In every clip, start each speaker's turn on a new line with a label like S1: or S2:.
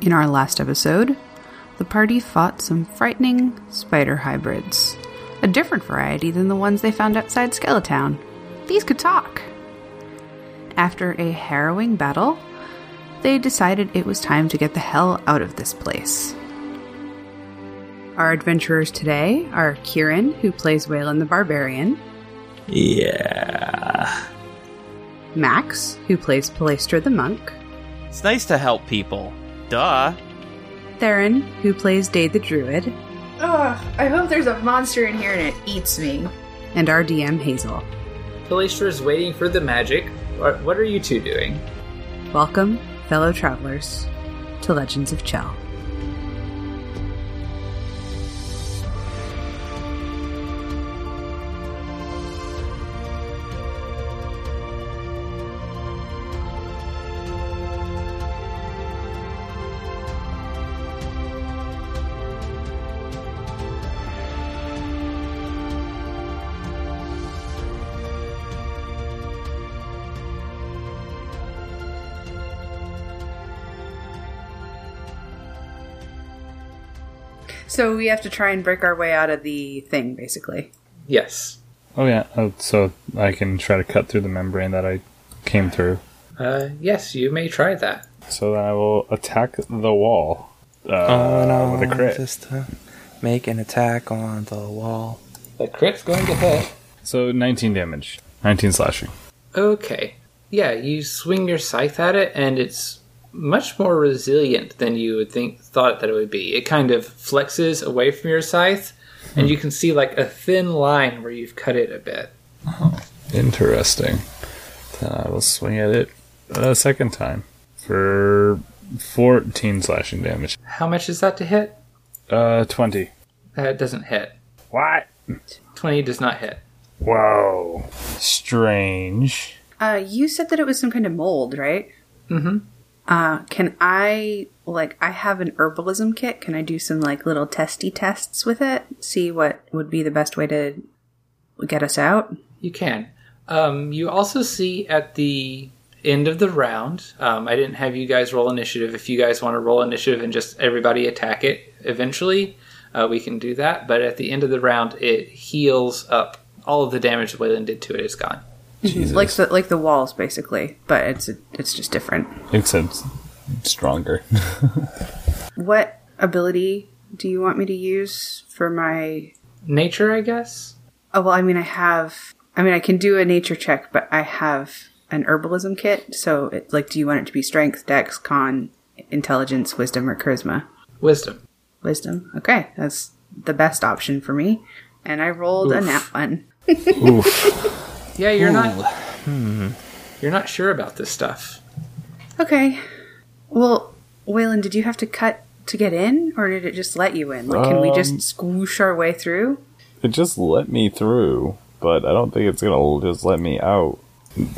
S1: In our last episode, the party fought some frightening spider hybrids, a different variety than the ones they found outside Skeletown. These could talk. After a harrowing battle, they decided it was time to get the hell out of this place. Our adventurers today are Kieran, who plays Waylon the Barbarian,
S2: Yeah.
S1: Max, who plays Palestra the Monk,
S2: It's nice to help people. Duh.
S1: Theron, who plays Day the Druid,
S3: Ugh, I hope there's a monster in here and it eats me.
S1: and our DM Hazel.
S4: Palestra is waiting for the magic. What what are you two doing?
S1: Welcome, fellow travelers, to Legends of Chell. So we have to try and break our way out of the thing, basically.
S4: Yes.
S5: Oh yeah. Oh, so I can try to cut through the membrane that I came through.
S4: Uh, yes, you may try that.
S5: So then I will attack the wall. Uh, no, with a crit.
S6: This time. Make an attack on the wall.
S4: The crit's going to hit.
S5: So 19 damage. 19 slashing.
S4: Okay. Yeah, you swing your scythe at it, and it's much more resilient than you would think thought that it would be. It kind of flexes away from your scythe, and you can see like a thin line where you've cut it a bit.
S5: Interesting. Then I will swing at it a second time for 14 slashing damage.
S4: How much is that to hit?
S5: Uh, 20.
S4: That doesn't hit.
S5: What?
S4: Twenty does not hit.
S5: Whoa. Strange.
S1: Uh, you said that it was some kind of mold, right?
S4: Mm-hmm.
S1: Uh, can I like I have an herbalism kit? Can I do some like little testy tests with it? See what would be the best way to get us out?
S4: You can. Um, you also see at the end of the round, um, I didn't have you guys roll initiative. If you guys want to roll initiative and just everybody attack it eventually, uh, we can do that. But at the end of the round, it heals up. All of the damage Wayland did to it is gone.
S5: Jesus.
S1: Like the like the walls, basically, but it's it's just different.
S5: Except stronger.
S1: What ability do you want me to use for my?
S4: Nature, I guess?
S1: Oh well, I mean, I have. I mean, I can do a nature check, but I have an herbalism kit. So, it, like, do you want it to be strength, dex, con, intelligence, wisdom, or charisma?
S4: Wisdom.
S1: Wisdom. Okay, that's the best option for me. And I rolled a
S4: Oof.
S1: nat one.
S4: Yeah, you're not. Hmm. You're not sure about this stuff.
S1: Okay. Well, Waylon, did you have to cut to get in, or did it just let you in? Like, can we
S5: Um,
S1: just squish our way through?
S5: It just let me through, but I don't think it's gonna just let me out.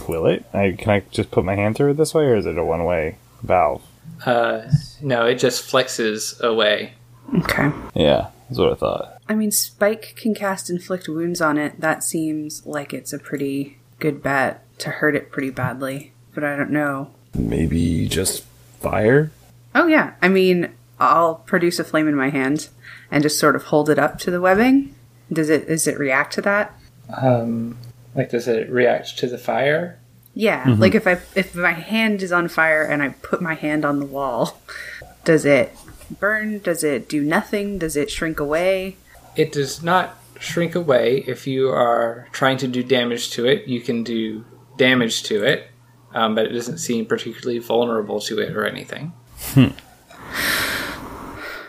S5: Will it? I, can I just put my hand through it this way, or is it a one-way valve?
S4: Uh, no, it just flexes away.
S1: Okay.
S5: Yeah, that's what I thought.
S1: I mean, Spike can cast inflict wounds on it. That seems like it's a pretty good bet to hurt it pretty badly, but I don't know.
S5: Maybe just fire.
S1: Oh, yeah. I mean, I'll produce a flame in my hand and just sort of hold it up to the webbing. Does it does it react to that?
S4: Um, like, does it react to the fire?
S1: Yeah, like if I if my hand is on fire and I put my hand on the wall, does it burn? Does it do nothing? Does it shrink away?
S4: It does not shrink away. If you are trying to do damage to it, you can do damage to it, um, but it doesn't seem particularly vulnerable to it or anything.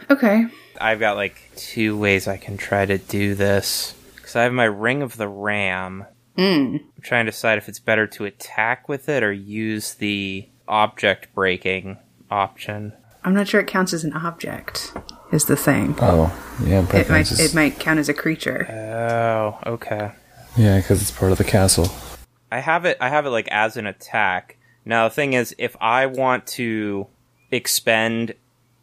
S1: Okay.
S6: I've got like two ways I can try to do this. Because I have my Ring of the Ram. I'm trying to decide if it's better to attack with it or use the object breaking option.
S1: I'm not sure it counts as an object. Is the thing.
S5: Oh, yeah, but
S1: It might it might count as a creature.
S6: Oh, okay.
S5: yeah, because it's part of the castle.
S6: I have it. I have it like as an attack. Now the thing is, if I want to expend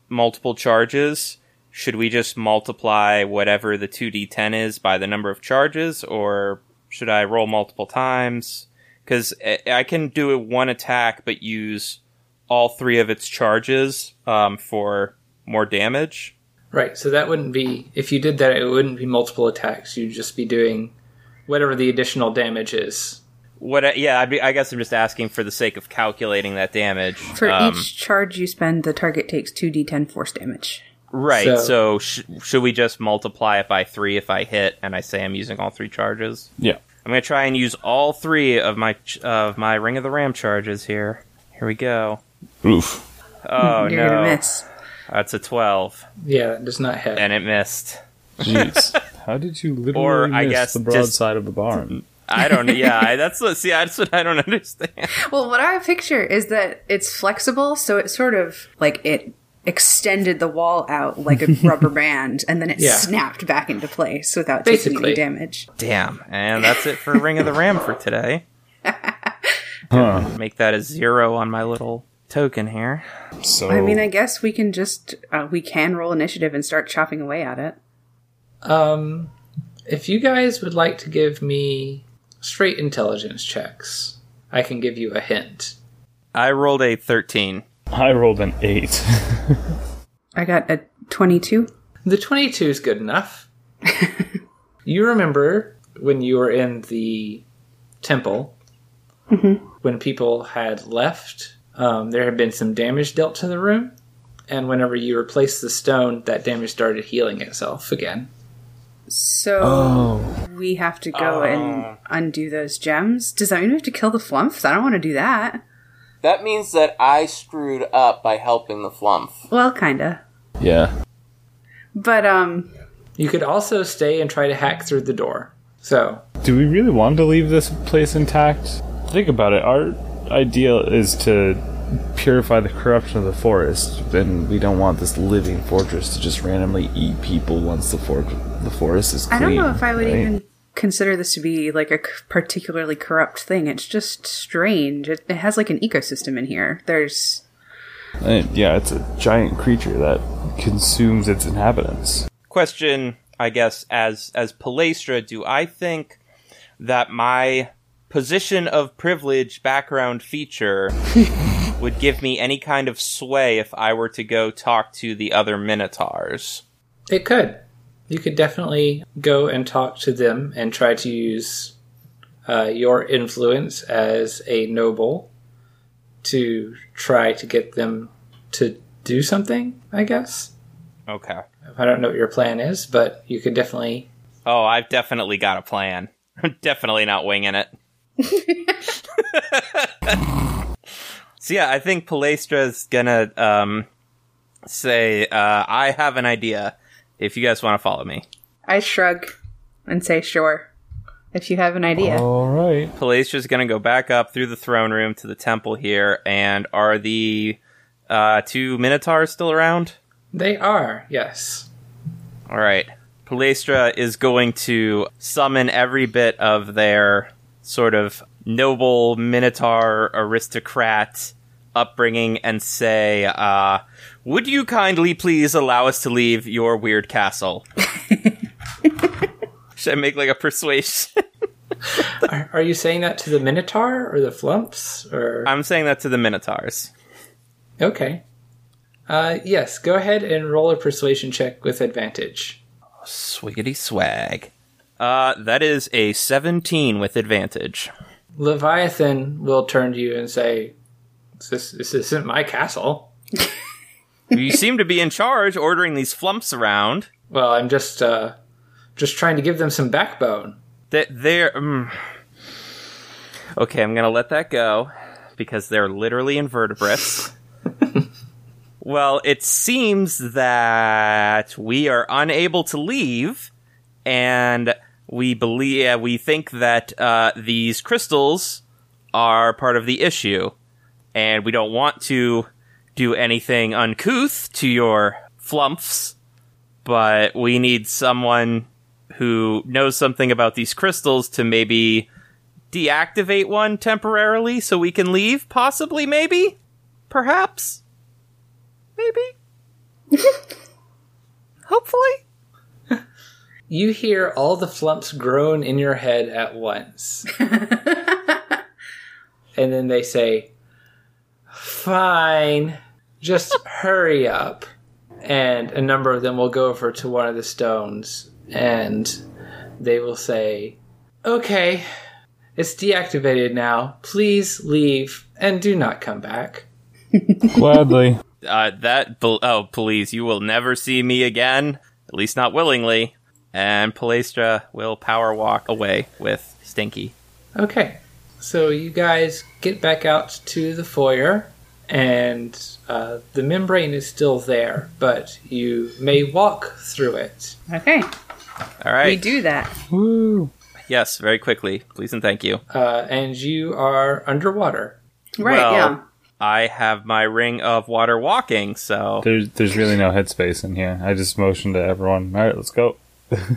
S6: multiple charges, should we just multiply whatever the 2d10 is by the number of charges, or should I roll multiple times? Because I can do one attack but use all three of its charges um, for more damage.
S4: Right, so that wouldn't be if you did that it wouldn't be multiple attacks. You'd just be doing whatever the additional damage is.
S6: What? I, yeah, I, be, I guess I'm just asking for the sake of calculating that damage.
S1: For
S6: Um,
S1: each charge you spend, the target takes 2d10 force damage.
S6: right?
S4: So-
S6: So, sh- should we just multiply it by three if I hit and I say I'm using all three charges?
S5: Yeah.
S6: I'm gonna try and use all three of my ch- of my Ring of the Ram charges here. Here we go.
S5: Oof.
S6: Oh
S1: You're
S6: no,
S1: gonna miss.
S6: that's a twelve,
S4: Yeah, that does not hit.
S6: and it missed.
S5: Jeez. How did you literally
S6: Or,
S5: miss
S6: I guess,
S5: the broadside
S6: just-
S5: of the barn?
S6: I don't. yeah, I, that's what. See, that's what I don't understand.
S1: Well, what I picture is that it's flexible, so it sort of like it extended the wall out like a rubber band, and then it
S4: Yeah.
S1: snapped back into place without taking
S4: Basically.
S1: any damage.
S6: Damn. And that's it for Ring of the Ram for today. Make that a zero on my little token here.
S5: So
S1: I
S6: Oh.
S1: mean, I guess we can just uh, we can roll initiative and start chopping away at it.
S4: Um, if you guys would like to give me straight intelligence checks, I can give you a hint.
S6: I rolled a 13.
S5: I rolled an eight.
S1: I got a twenty-two.
S4: The 22 is good enough. you remember when you were in the temple, when people had left, um, there had been some damage dealt to the room, and whenever you replaced the stone, that damage started healing itself again.
S1: So
S6: Oh.
S5: Oh.
S1: we have to go and undo those gems. Does that mean we have to kill the flumps? I don't want to do that.
S7: That means that I screwed up by helping the flump.
S1: Well, kinda.
S5: yeah.
S1: But um,
S4: You could also stay and try to hack through the door. So,
S5: Do we really want to leave this place intact? Think about it. Our ideal is to purify the corruption of the forest, and we don't want this living fortress to just randomly eat people once the for- the forest is
S1: I
S5: clean.
S1: don't know if I would
S5: right?
S1: even consider this to be like a c- particularly corrupt thing. It's just strange. It, it has like an ecosystem in here. There's
S5: Uh, yeah, it's a giant creature that consumes its inhabitants.
S6: Question, I guess, as as Palestra, do I think that my position of privilege background feature would give me any kind of sway if I were to go talk to the other Minotaurs?
S4: it could. You could definitely go and talk to them and try to use uh, your influence as a noble to try to get them to do something, I guess.
S6: Okay.
S4: I don't know what your plan is, but you could definitely.
S6: Oh, I've definitely got a plan. I'm definitely not winging it. so yeah, I think Palestra's gonna um, say, uh, "I have an idea. If you guys want to follow me."
S1: I shrug and say sure if you have an idea.
S4: Oh.
S5: All right.
S6: Palestra's going to go back up through the throne room to the temple here. And are the uh, two Minotaurs still around?
S4: They are, yes.
S6: All right. Palestra is going to summon every bit of their sort of noble Minotaur aristocrat upbringing and say, uh, Would you kindly please allow us to leave your weird castle? Should I make like a persuasion?
S4: Are, are you saying that to the Minotaur or the Flumps? Or
S6: I'm saying that to the Minotaurs.
S4: okay, uh, yes. Go ahead and roll a persuasion check with advantage.
S6: Swiggity swag. Uh, that is a 17 with advantage.
S4: Leviathan will turn to you and say, "This, this isn't my castle."
S6: you seem to be in charge ordering these flumps around.
S4: Well, I'm just, uh, just trying to give them some backbone.
S6: That they're. mm. Okay, I'm gonna let that go because they're literally invertebrates. well, it seems that we are unable to leave, and we believe uh, we think that uh, these crystals are part of the issue, and we don't want to do anything uncouth to your flumps, but we need someone who knows something about these crystals to maybe deactivate one temporarily so we can leave possibly maybe perhaps maybe
S1: Hopefully.
S4: You hear all the flumps groan in your head at once. and then they say, Fine, just hurry up. And a number of them will go over to one of the stones and they will say, Okay, it's deactivated now. Please leave and do not come back.
S5: Gladly.
S6: Uh, that bel- oh, please, you will never see me again, at least not willingly. And Palestra will power walk away with Stinky.
S4: Okay, so you guys get back out to the foyer, and uh, the membrane is still there, but you may walk through it.
S1: Okay, we
S6: All right.
S1: do that.
S5: Woo.
S6: Yes, very quickly, please and thank you.
S4: Uh, and you are underwater.
S1: Right?
S6: well,
S1: yeah.
S6: I have my ring of water walking, so
S5: There's there's really no headspace in here. I just motioned to everyone. All right, let's go. I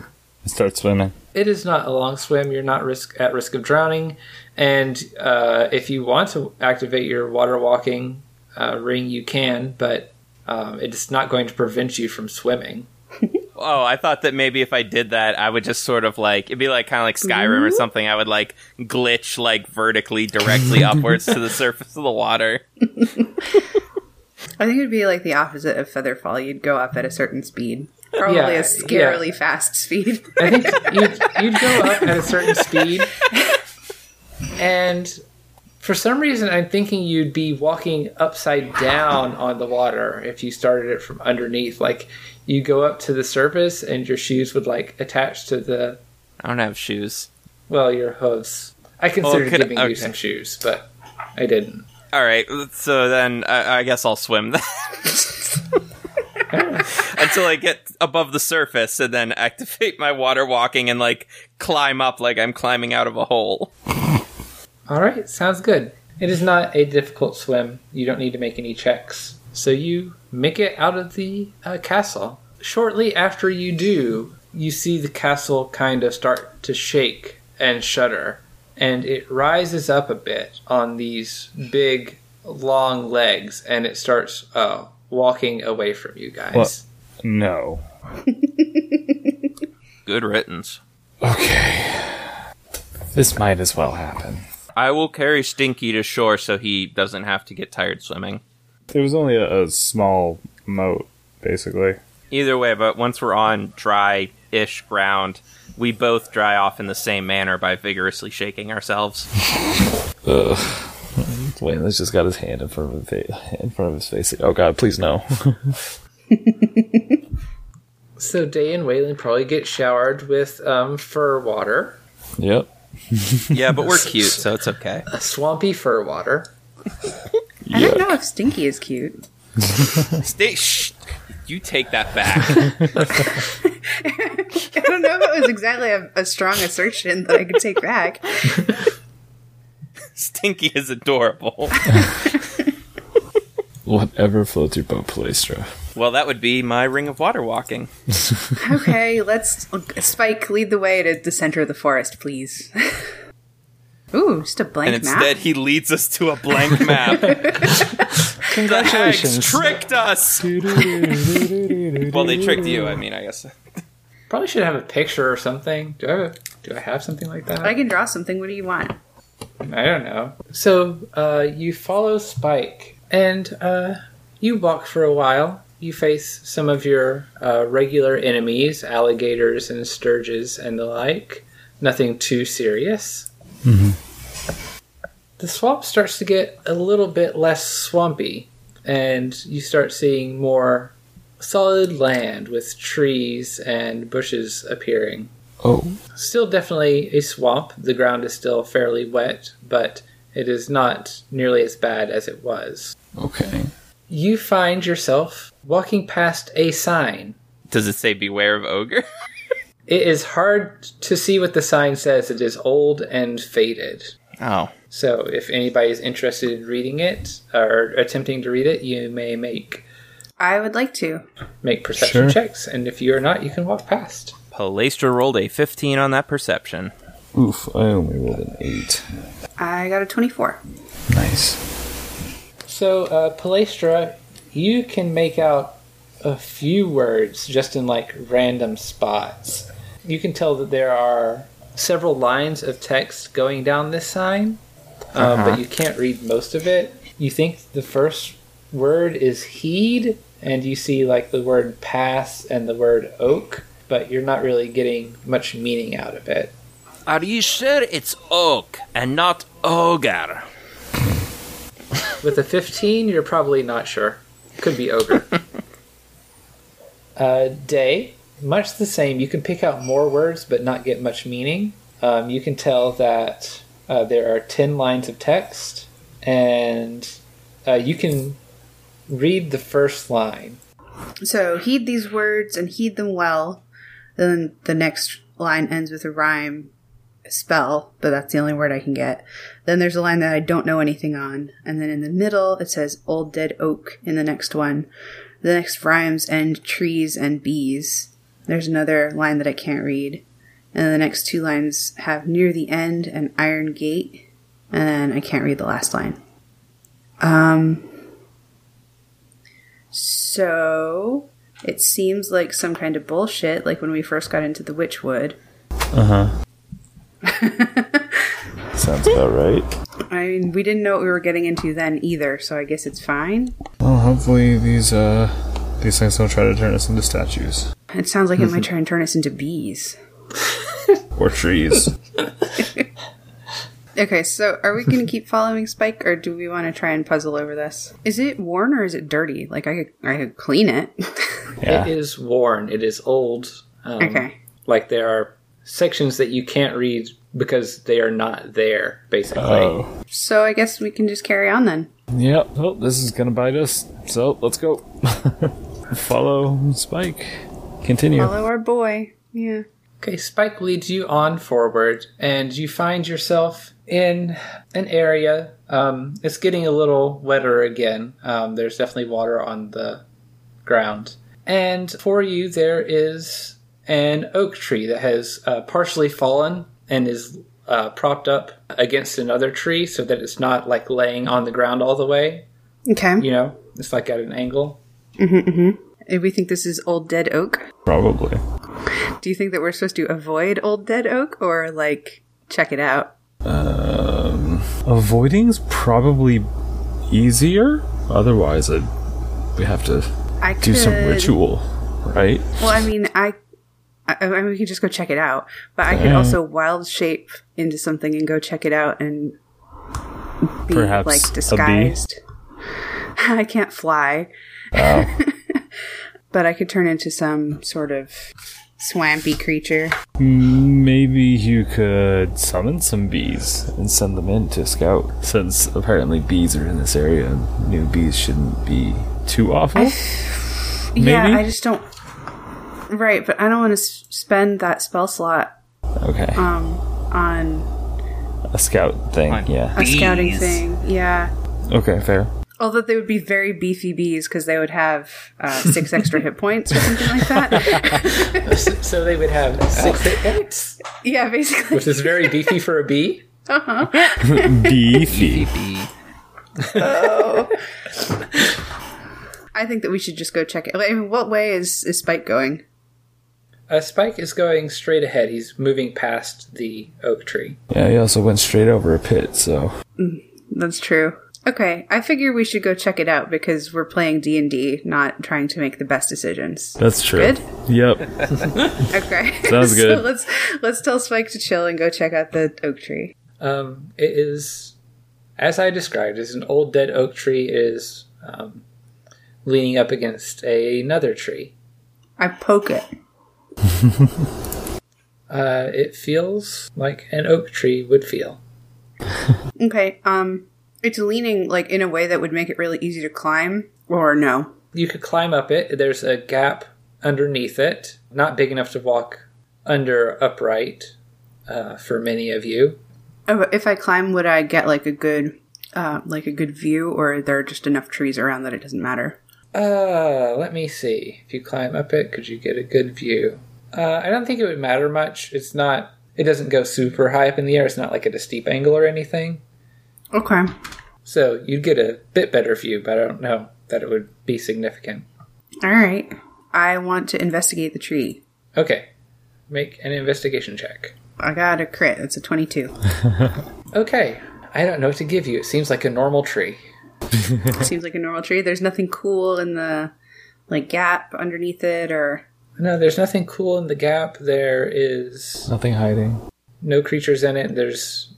S5: start swimming.
S4: It is not a long swim. You're not risk at risk of drowning, and uh, if you want to activate your water walking uh, ring, you can, but um, it is not going to prevent you from swimming.
S6: Oh, I thought that maybe if I did that, I would just sort of like it'd be like kind of like Skyrim or
S1: Mm-hmm.
S6: something. I would like glitch like vertically directly upwards to the surface of the water.
S1: I think it'd be like the opposite of featherfall. You'd go up at a certain speed, probably
S4: Yeah,
S1: a scarily fast speed.
S4: I think you'd, you'd go up at a certain speed, and for some reason, I'm thinking you'd be walking upside down on the water if you started it from underneath. Like you go up to the surface, and your shoes would like attach to the
S6: I don't have shoes.
S4: well, your hooves. I considered
S6: could-
S4: giving
S6: okay.
S4: you some shoes, but I didn't.
S6: All right, so then I, I guess I'll swim then. until I get above the surface and then activate my water walking and like climb up like I'm climbing out of a hole.
S4: All right, sounds good. It is not a difficult swim. You don't need to make any checks. So you make it out of the uh, castle. Shortly after you do, you see the castle kind of start to shake and shudder, and it rises up a bit on these big, long legs, and it starts uh, walking away from you guys.
S5: What? No.
S6: Good riddance.
S5: Okay. This might as well happen.
S6: I will carry Stinky to shore so he doesn't have to get tired swimming.
S5: It was only a, a small moat, basically.
S6: Either way, but once we're on dry ish ground, we both dry off in the same manner by vigorously shaking ourselves.
S5: Ugh. Wayland's just got his hand in front of his face. In front of his face. Oh God, please no.
S4: So Day and Waylon probably get showered with um, fur water,
S5: yep.
S6: yeah, but we're cute, so it's okay.
S4: swampy fur water.
S1: I don't know if Stinky is cute.
S6: Stay. Shh, you take that back.
S1: I don't know if it was exactly a, a strong assertion that I could take back.
S6: Stinky is adorable.
S5: Whatever floats your boat, Palestra.
S6: Well, that would be my ring of water walking.
S1: Okay, let's Spike lead the way to the center of the forest, please. Ooh, just a blank
S6: And
S1: map.
S6: instead, he leads us to a blank map. the hags tricked us. Well, they tricked you. I mean, I guess.
S4: Probably should have a picture or something. Do I have, do I have something like that?
S1: I can draw something. What do you want?
S4: I don't know. So uh, you follow Spike, and uh, you walk for a while. You face some of your uh, regular enemies, alligators and sturges and the like. Nothing too serious. The swamp starts to get a little bit less swampy, and you start seeing more solid land with trees and bushes appearing
S5: Oh,
S4: still definitely a swamp. The ground is still fairly wet, but it is not nearly as bad as it was.
S5: okay.
S4: You find yourself walking past a sign.
S6: Does it say "Beware of ogre"?
S4: It is hard to see what the sign says. It is old and faded.
S6: Oh,
S4: So, if anybody is interested in reading it or attempting to read it, you may make
S1: I would like to.
S4: make perception
S5: Sure.
S4: checks, and if you are not, you can walk past.
S6: Palestra rolled a 15 on that perception.
S5: Oof, I only rolled an eight.
S1: I got a 24.
S5: Nice.
S4: So, uh, Palestra, you can make out a few words just in like random spots. You can tell that there are several lines of text going down this sign, um, but you can't read most of it. You think the first word is heed, and you see like the word pass and the word oak, but you're not really getting much meaning out of it.
S6: Are you sure it's oak and not ogre?
S4: With a 15, you're probably not sure. Could be ogre. uh, day, much the same. You can pick out more words but not get much meaning. Um, you can tell that uh, there are 10 lines of text, and uh, you can read the first line.
S1: So heed these words and heed them well. Then the next line ends with a rhyme spell, but that's the only word I can get. Then there's a line that I don't know anything on. And then in the middle, it says old dead oak in the next one. The next rhymes end trees and bees. There's another line that I can't read. And the next two lines have near the end an iron gate. And then I can't read the last line. Um, so it seems like some kind of bullshit, like when we first got into the Witchwood.
S5: Sounds about right.
S1: I mean, we didn't know what we were getting into then either, so I guess it's fine.
S5: Well, hopefully these uh these things don't try to turn us into statues
S1: It sounds like it might try and turn us into bees.
S5: or trees.
S1: Okay, so are we going to keep following Spike, or do we want to try and puzzle over this? Is it worn or is it dirty? Like I could, I could clean it.
S5: Yeah.
S4: It is worn, it is old. Um,
S1: okay,
S4: Like there are sections that you can't read because they are not there, basically.
S5: oh.
S1: so I guess we can just carry on then.
S5: Yep. Well, this is gonna bite us. So let's go. Follow Spike. Continue.
S1: Follow our boy. Yeah.
S4: Okay, Spike leads you on forward, and you find yourself in an area. Um, it's getting a little wetter again. Um, there's definitely water on the ground. And for you, there is an oak tree that has uh, partially fallen and is uh, propped up against another tree so that it's not like laying on the ground all the way.
S1: Okay. Mm-hmm,
S4: You know, it's like at an angle.
S1: We think this is old dead oak.
S5: Probably.
S1: Do you think that we're supposed to avoid old dead oak or like check it out?
S5: Um, Avoiding's probably easier. Otherwise, I'd we have to
S1: I
S5: do some
S1: could-
S5: ritual, right?
S1: Well, I mean, I, I, I mean, we could just go check it out. But I could also wild shape into something and go check it out and be
S5: Perhaps a
S1: like
S5: bee?
S1: disguised. I can't fly, but I could turn into some sort of swampy creature.
S5: Maybe you could summon some bees and send them in to scout, since apparently bees are in this area and new bees shouldn't be too awful.
S1: Yeah,
S5: Maybe.
S1: I just don't. Right, but I don't want to s- spend that spell slot
S5: Okay,
S1: Uh, on
S5: a scout thing, yeah.
S1: a scouting
S6: Bees.
S1: thing. Yeah.
S5: Okay, fair.
S1: Although they would be very beefy bees because they would have uh, six extra hit points or something like that.
S4: so they would have six hit points,
S1: yeah, basically.
S4: which is very beefy for a bee.
S5: Beefy.
S1: I think that we should just go check it. I mean, what way is, is Spike going?
S4: Uh, Spike is going straight ahead. He's moving past the oak tree.
S5: Yeah, he also went straight over a pit, so
S1: That's true. Okay, I figure we should go check it out because we're playing D and D, not trying to make the best decisions.
S5: that's true.
S1: Good?
S5: Yep.
S1: Okay,
S5: Sounds
S1: so
S5: good.
S1: let's let's tell Spike to chill and go check out the oak tree.
S4: Um, it is, as I described, is an old dead oak tree. It is um, leaning up against another tree.
S1: I poke it.
S4: Uh, it feels like an oak tree would feel.
S1: Okay, um, it's leaning like in a way that would make it really easy to climb, or no?
S4: You could climb up it. There's a gap underneath it, not big enough to walk under upright uh, for many of you.
S1: Oh, If I climb, would I get like a good, uh, like a good view, or are there just enough trees around that it doesn't matter?
S4: Uh, let me see. If you climb up it, could you get a good view? Uh, I don't think it would matter much. It's not. It doesn't go super high up in the air. It's not like at a steep angle or anything.
S1: Okay.
S4: So you'd get a bit better view, but I don't know that it would be significant.
S1: All right. I want to investigate the tree.
S4: Okay. Make an investigation check.
S1: I got a crit. That's a 22.
S4: Okay. I don't know what to give you. It seems like a normal tree.
S1: Seems like a normal tree. There's nothing cool in the like gap underneath it or
S4: No, there's nothing cool in the gap. There is
S5: Nothing hiding.
S4: no creatures in it. There's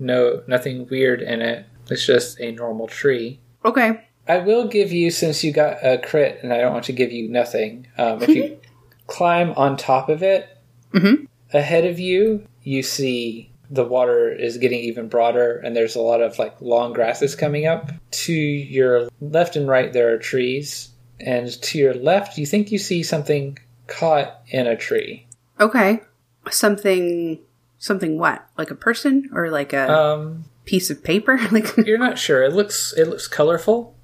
S4: no nothing weird in it. It's just a normal tree.
S1: Okay.
S4: I will give you since you got a crit, and I don't want to give you nothing. Um, if you climb on top of it, ahead of you, you see the water is getting even broader, and there's a lot of like long grasses coming up. To your left and right, there are trees, and to your left, you think you see something caught in a tree.
S1: Okay. Something something what? Like a person or like a
S4: Um,
S1: piece of paper? like
S4: you're not sure. It looks it looks colorful,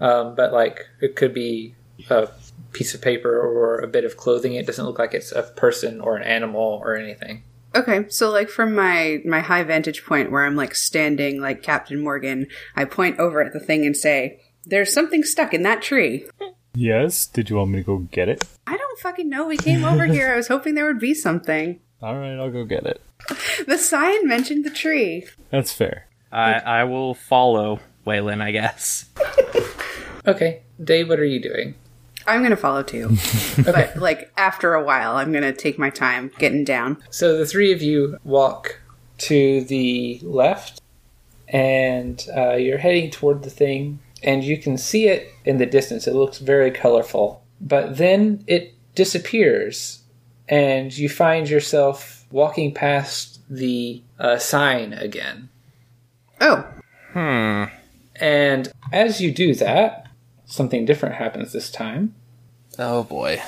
S4: um, but like it could be a piece of paper or a bit of clothing. It doesn't look like it's a person or an animal or anything.
S1: Okay, so like from my my high vantage point where I'm like standing like Captain Morgan, I point over at the thing and say, "There's something stuck in that tree."
S5: Yes. Did you want me to go get it?
S1: I don't fucking know. We came over here. I was hoping there would be something.
S5: All right, I'll go get it.
S1: The sign mentioned the tree.
S5: That's fair.
S6: I, I will follow Waylon, I guess.
S4: Okay, Dave, what are you doing?
S1: I'm gonna follow too, but like after a while, I'm gonna take my time getting down.
S4: So the three of you walk to the left, and uh, you're heading toward the thing, and you can see it in the distance. It looks very colorful, but then it disappears, and you find yourself walking past the uh, sign again.
S1: Oh,
S4: And as you do that, something different happens this time.
S7: Oh boy.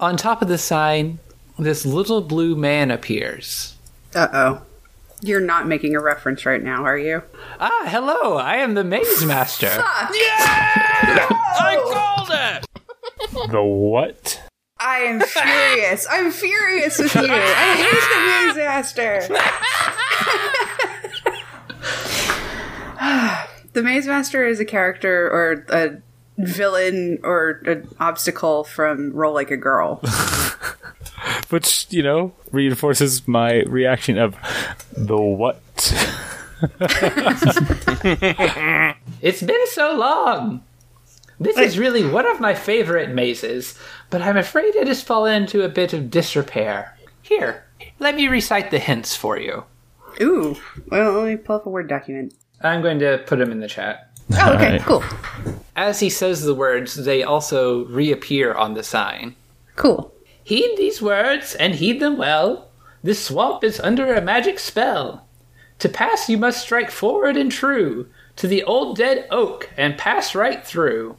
S4: On top of the sign, this little blue man appears.
S1: uh oh. You're not making a reference right now, are you?
S4: Ah, hello, I am the Maze Master.
S5: The what?
S1: I am furious. I'm furious with you. I hate the Maze Master. the Maze Master is a character or a villain or an obstacle from Roll Like a Girl.
S5: Which you know reinforces my reaction of the what.
S4: It's been so long. This is really one of my favorite mazes, but I'm afraid it has fallen into a bit of disrepair. Here, let me recite the hints for you.
S1: Ooh. Well, let me pull up a Word document.
S4: I'm going to put them in the chat.
S1: Oh, okay. Cool.
S4: As he says the words, they also reappear on the sign.
S1: Cool.
S4: Heed these words and heed them well. This swamp is under a magic spell. To pass, you must strike forward and true to the old dead oak and pass right through.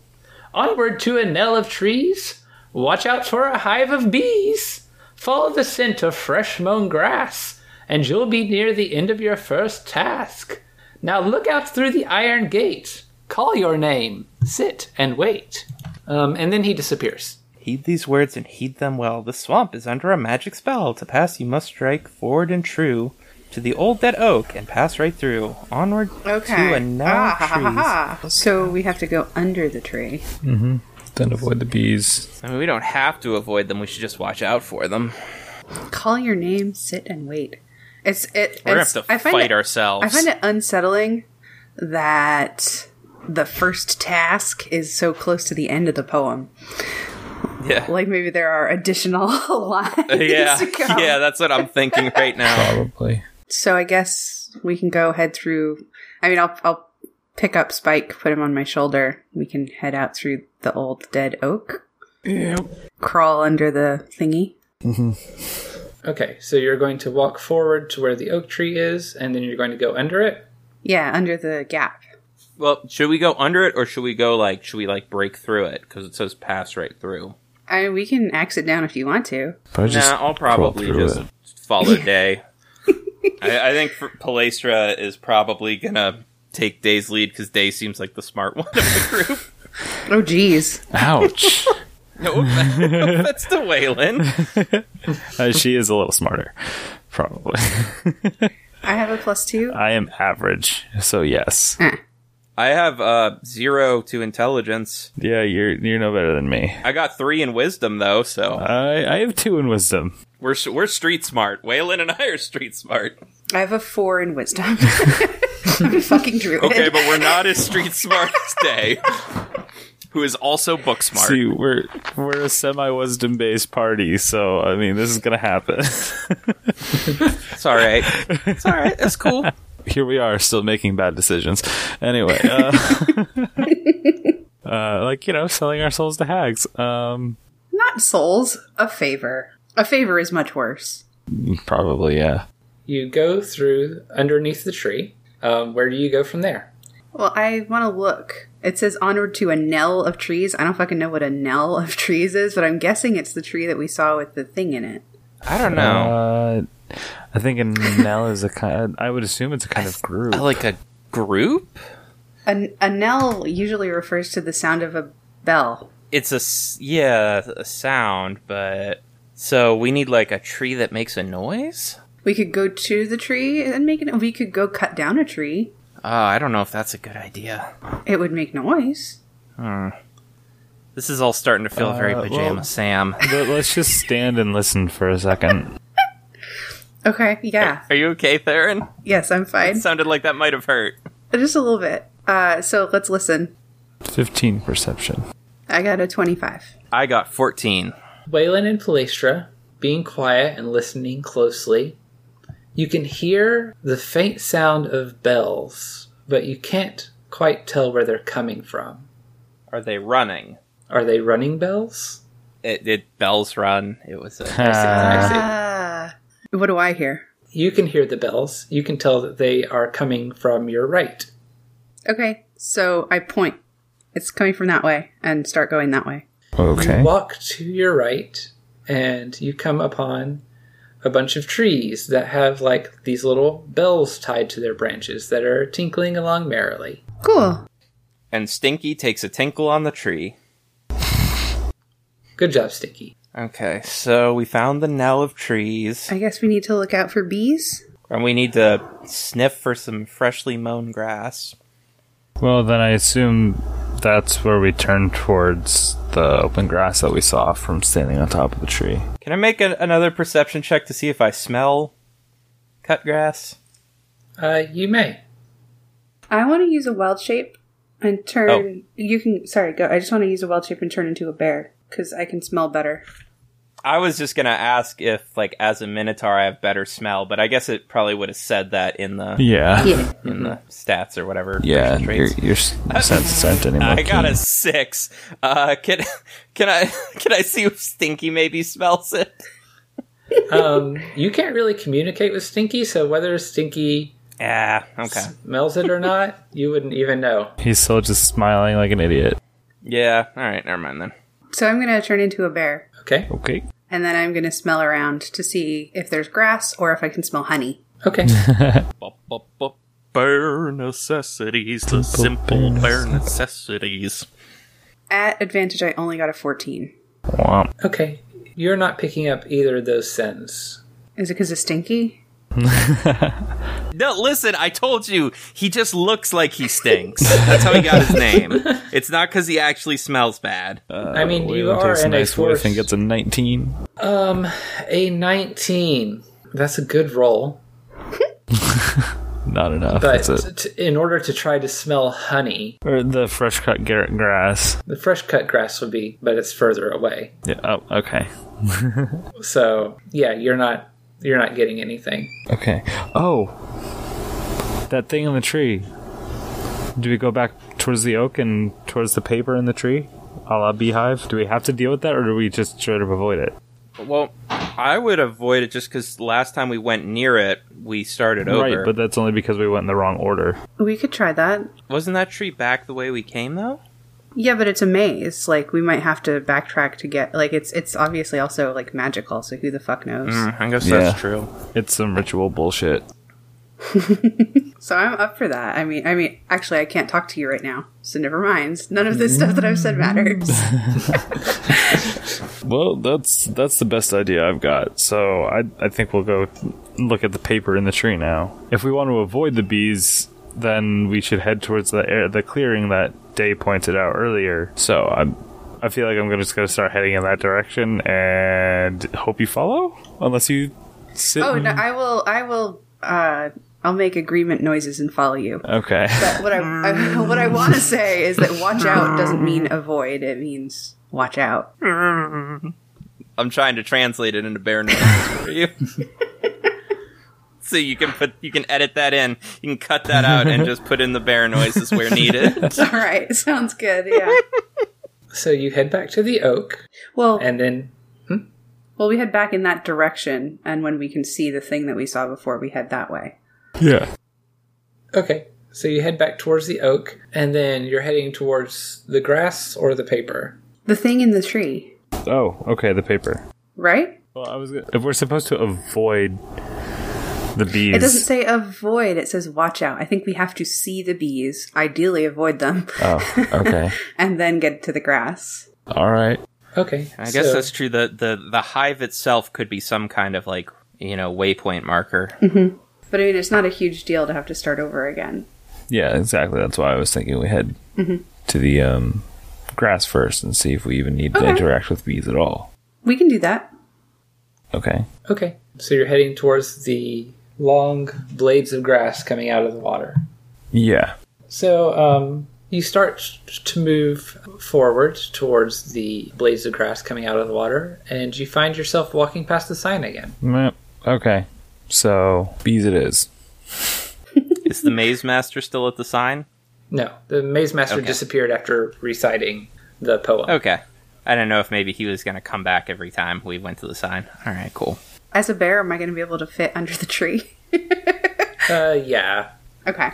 S4: Onward to a knell of trees. Watch out for a hive of bees. Follow the scent of fresh mown grass, and you'll be near the end of your first task. Now look out through the iron gate. Call your name. Sit and wait. Um, and then he disappears.
S6: Heed these words and heed them well. The swamp is under a magic spell. To pass, you must strike forward and true to the old dead oak and pass right through. Onward
S1: Okay.
S6: to a now
S1: Ah, ha, ha, ha,
S6: trees.
S1: ha. So we have to go under the tree.
S5: Then avoid the bees.
S2: I mean, we don't have to avoid them. We should just watch out for them.
S1: Call your name, sit, and wait. It's it.
S2: We're
S1: it's-
S2: gonna
S1: I
S2: have to
S1: find
S2: fight
S1: it-
S2: ourselves.
S1: I find it unsettling that the first task is so close to the end of the poem.
S2: Yeah.
S1: Like maybe there are additional lines
S2: yeah,
S1: to go.
S2: yeah, that's what I'm thinking right now.
S5: Probably.
S1: So I guess we can go head through. I mean, I'll I'll pick up Spike, put him on my shoulder. We can head out through the old dead oak. Crawl under the thingy.
S4: Okay, so you're going to walk forward to where the oak tree is, and then you're going to go under it.
S1: Yeah, under the gap.
S2: Well, should we go under it or should we go like should we like break through it because it says pass right through?
S1: I mean, we can axe it down if you want to.
S5: But I just
S2: nah, I'll
S5: crawl
S2: probably
S5: through
S2: just
S5: it.
S2: follow Day. I, I think for Palestra is probably gonna take Day's lead because Day seems like the smart one of the group.
S1: Oh, geez.
S5: Ouch.
S2: no, that's to Waylon.
S5: Uh, she is a little smarter, probably.
S2: Uh,
S1: I have a plus two. Ah.
S5: I am average, so yes.
S6: I have uh, zero to intelligence.
S5: Yeah, you're you're no better than me.
S6: I got three in wisdom though, so
S5: I I have two in wisdom.
S6: we're s- we're street smart. Waylon and I are street smart.
S8: I have a four in wisdom.
S1: I'm a fucking druid.
S6: Okay, but we're not as street smart as Day, who is also book smart.
S5: See, we're we're a semi wisdom based party, so I mean this is gonna happen.
S6: It's all right. It's all right. It's cool.
S5: Here we are, still making bad decisions. Anyway, uh, uh, like you know, selling our souls to hags. Um,
S1: Not souls, a favor. A favor is much worse.
S5: probably yeah.
S4: You go through underneath the tree. Um, where do you go from there?
S1: Well, I want to look. It says onward to a knell of trees. I don't fucking know what a knell of trees is, but I'm guessing it's the tree that we saw with the thing in it.
S6: I don't know.
S5: Uh, I think a knell is a kind. I would assume it's a kind of group.
S6: I Uh, like a group.
S1: A, a knell usually refers to the sound of a bell.
S6: It's a s- yeah a sound, but so we need like a tree that makes a noise.
S1: We could go to the tree and make it. We could go cut down a tree.
S6: Oh, I don't know if that's a good idea.
S1: It would make noise.
S6: This is all starting to feel very
S5: Uh, well-
S6: pajama Sam.
S5: But let's just stand and listen for a second.
S1: Okay, yeah.
S9: Are you okay, Theron?
S1: Yes, I'm fine.
S9: It sounded like that might have hurt.
S1: Just a little bit. Uh, so let's listen.
S5: Fifteen perception.
S1: I got a 25.
S6: I got fourteen.
S4: Waylon and Palestra, being quiet and listening closely, you can hear the faint sound of bells, but you can't quite tell where they're coming from.
S6: Are they running?
S4: Are they running bells?
S6: It, it bells run. It was a
S4: I
S1: What do I hear?
S4: see. You can hear the bells. You can tell that they are coming from your right.
S1: Okay, so I point. It's coming from that way and start going that way.
S5: Okay.
S4: walk to your right and you come upon a bunch of trees that have like these little bells tied to their branches that are tinkling along merrily.
S1: Cool.
S6: and Stinky takes a tinkle on the tree.
S4: Good job, Stinky.
S6: Okay, so we found the knell of trees,
S1: I guess we need to look out for bees.
S6: and we need to sniff for some freshly mown grass.
S5: Well, then I assume that's where we turn towards the open grass that we saw from standing on top of the tree.
S6: Can I make a- another perception check to see if I smell cut grass?
S4: Uh, you may.
S1: I want to use a wild shape and turn. You can. Sorry, go. I just want to use a wild shape and turn into a bear because I can smell better.
S6: I was just gonna ask if, like, as a minotaur, I have better smell, but I guess it probably would have said that in the
S5: Yeah.
S1: Yeah.
S6: in the stats or whatever.
S5: Yeah,
S6: personal
S5: your,
S6: traits.
S5: your s- sense of scent anymore.
S6: I got a
S5: Keen.
S6: six. Uh, can can I can I see if Stinky maybe smells it?
S4: Um, you can't really communicate with Stinky, so whether Stinky
S6: Yeah. Okay.
S4: smells it or not, you wouldn't even know.
S5: He's still just smiling like an idiot.
S6: Yeah. All right. Never mind then.
S1: So I'm gonna turn into a bear
S4: Okay.
S5: Okay.
S1: and then I'm gonna smell around to see if there's grass or if I can smell honey.
S4: Okay.
S9: Bare necessities, the simple bare necessities.
S1: At advantage, I only got a 14.
S5: Womp.
S4: Okay. You're not picking up either of those scents.
S1: Is it because it's stinky?
S9: No, listen, I told you, he just looks like he stinks. That's how he got his name. It's not because he actually smells bad.
S4: I
S5: Uh,
S4: mean, you
S5: Waylon
S4: are
S5: takes a
S4: in a
S5: nice
S4: forest.
S5: whiff and gets a 19.
S4: Um, a 19. That's a good roll.
S5: Not enough.
S4: But
S5: That's it.
S4: t- in order to try to smell honey,
S5: Or the fresh cut Garrett grass.
S4: the fresh cut grass would be, but it's further away.
S5: Yeah. Oh, okay.
S4: So yeah, you're not you're not getting anything.
S5: Okay. Oh. That thing on the tree. Do we go back towards the oak and towards the paper in the tree? A la beehive? Do we have to deal with that or do we just try to avoid it?
S6: Well, I would avoid it just because last time we went near it, we started over.
S5: Right, but that's only because we went in the wrong order.
S1: We could try that.
S6: wasn't that tree back the way we came though?
S1: Yeah, but it's a maze. Like we might have to backtrack to get like it's it's obviously also like magical, so who the fuck knows?
S6: I guess
S5: that's Yeah.
S6: true.
S5: It's some ritual bullshit.
S1: So I'm up for that. I mean I mean actually I can't talk to you right now. So never mind. None of this stuff that I've said matters.
S5: Well, that's that's the best idea I've got. So I I think we'll go look at the paper in the tree now. If we want to avoid the bees, then we should head towards the air, the clearing that Day pointed out earlier. So I'm, I feel like I'm gonna- just going to start heading in that direction and hope you follow, unless you sit.
S1: Oh,
S5: and-
S1: no, I will. I will. Uh, I'll make agreement noises and follow you.
S5: okay.
S1: But what I, I what I want to say is that watch out doesn't mean avoid. It means watch out.
S10: I'm trying to translate it into bear noises for you. so you can put you can edit that in. You can cut that out and just put in the bear noises where needed.
S1: All right, sounds good. Yeah.
S4: So you head back to the oak,
S1: Well,
S4: and then
S1: well, we head back in that direction, and when we can see the thing that we saw before, we head that way.
S5: yeah.
S4: okay. So you head back towards the oak, and then you're heading towards the grass or the paper.
S1: The thing in the tree,
S5: Oh, okay. The paper.
S1: right?
S5: Well, I was. Gonna, if we're supposed to avoid the bees,
S1: It doesn't say avoid. It says watch out. I think we have to see the bees. Ideally, avoid them,
S5: Oh, okay.
S1: and then get to the grass.
S5: All right.
S4: Okay,
S6: I guess
S4: so-
S6: that's true. The, the the hive itself could be some kind of like you know waypoint marker.
S1: But I mean, it's not a huge deal to have to start over again.
S5: Yeah, exactly. That's why I was thinking we head
S1: Mm-hmm.
S5: to the um, grass first and see if we even need to interact with bees at all.
S1: We can do that.
S5: Okay.
S4: Okay, so you're heading towards the long blades of grass coming out of the water.
S5: Yeah.
S4: So um, you start to move forward towards the blades of grass coming out of the water, and you find yourself walking past the sign again.
S5: Meh. Okay. So bees, it is.
S6: Is the maze master still at the sign?
S4: No, the maze master disappeared after reciting the poem.
S6: Okay. I don't know if maybe he was going to come back every time we went to the sign. All right, cool.
S1: As a bear, am I going to be able to fit under the tree?
S4: Uh, yeah.
S1: Okay.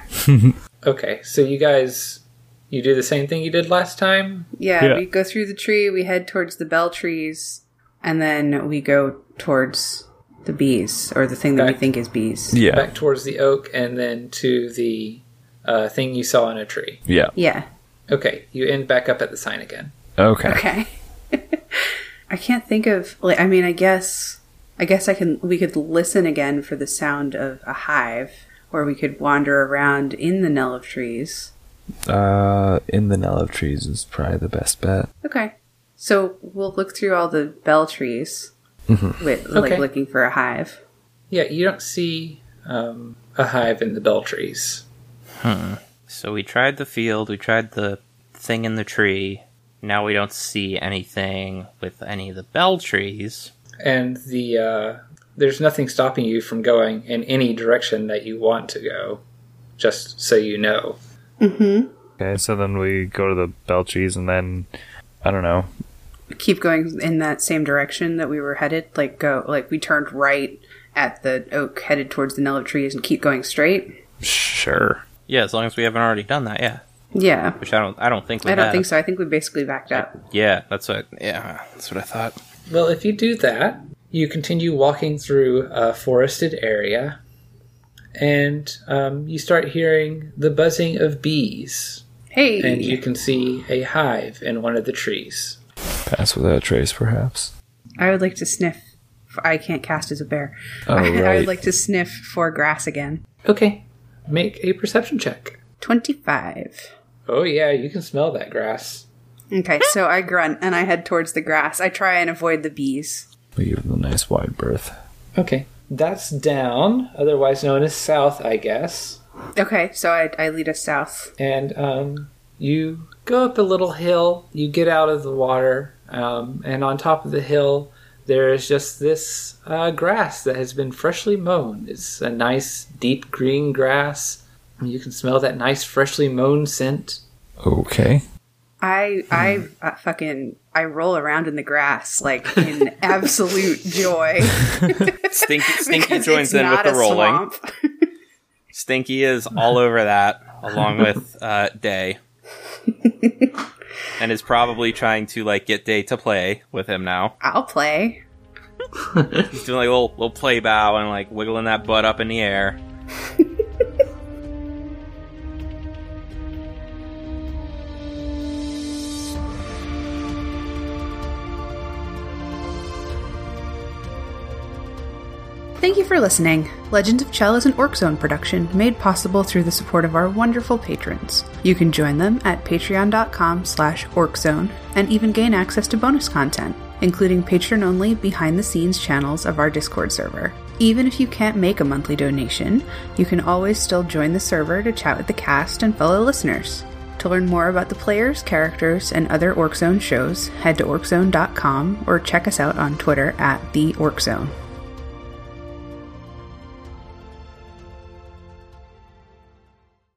S4: Okay, so you guys, you do the same thing you did last time.
S1: Yeah,
S5: Yeah.
S1: we go through the tree, we head towards the bell trees, and then we go towards the bees, or the thing that we
S4: Okay.
S1: think is bees.
S5: Yeah.
S4: Back towards the oak, and then to the uh, thing you saw in a tree.
S5: Yeah.
S1: Yeah.
S4: Okay, you end back up at the sign again.
S5: Okay.
S1: Okay. I can't think of like I mean I guess I guess I can we could listen again for the sound of a hive or we could wander around in the knell of trees.
S5: Uh, in the knell of trees is probably the best bet.
S1: Okay. So we'll look through all the bell trees
S4: Mm-hmm.
S1: with like
S4: Okay.
S1: looking for a hive.
S4: Yeah, you don't see um, a hive in the bell trees.
S6: So we tried the field, we tried the thing in the tree. Now we don't see anything with any of the bell trees.
S4: and the uh, there's nothing stopping you from going in any direction that you want to go. Just so you know,
S5: Okay. So then we go to the bell trees and then I don't know.
S1: keep going in that same direction that we were headed like go like we turned right at the oak headed towards the knell of trees and keep going straight
S5: Sure.
S6: Yeah, as long as we haven't already done that, yeah.
S1: yeah
S6: Which I don't I don't think we
S1: i don't
S6: have.
S1: think so i think we basically backed up
S6: Yeah, that's what yeah, that's what I thought.
S4: well, if you do that, you continue walking through a forested area, and um, you start hearing the buzzing of bees, and
S1: hey
S4: you can see a hive in one of the trees.
S5: Pass without trace, perhaps.
S1: i would like to sniff i can't cast as a bear
S5: Oh,
S1: i would
S5: right.
S1: like to sniff for grass again
S4: Okay, make a perception check.
S1: 25
S4: Oh yeah, you can smell that grass.
S1: okay so i grunt and i head towards the grass i try and avoid the bees
S5: We give them a nice wide berth.
S4: Okay, that's down, otherwise known as south, I guess.
S1: okay so i, I lead us south
S4: and um, you go up a little hill. You get out of the water, um, and on top of the hill, there is just this uh, grass that has been freshly mown. It's a nice, deep green grass. You can smell that nice, freshly mown scent.
S5: Okay.
S1: I
S6: Hmm.
S1: I uh, fucking I roll around in the grass like in absolute joy.
S6: Stinky Stinky
S1: because it's
S6: joins in with
S1: not
S6: the
S1: a
S6: rolling.
S1: swamp.
S6: Stinky is all over that, along with uh, Day, and is probably trying to like get Day to play with him now.
S1: I'll play.
S6: He's doing like a little, little play bow and like wiggling that butt up in the air.
S1: Thank you for listening. Legends of Chell is an Orc Zone production made possible through the support of our wonderful patrons. You can join them at patreon.com slash orczone and even gain access to bonus content, including patron-only behind-the-scenes channels of our Discord server. Even if you can't make a monthly donation, you can always still join the server to chat with the cast and fellow listeners. To learn more about the players, characters, and other Orc Zone shows, head to orczone.com or check us out on Twitter at the Orc Zone.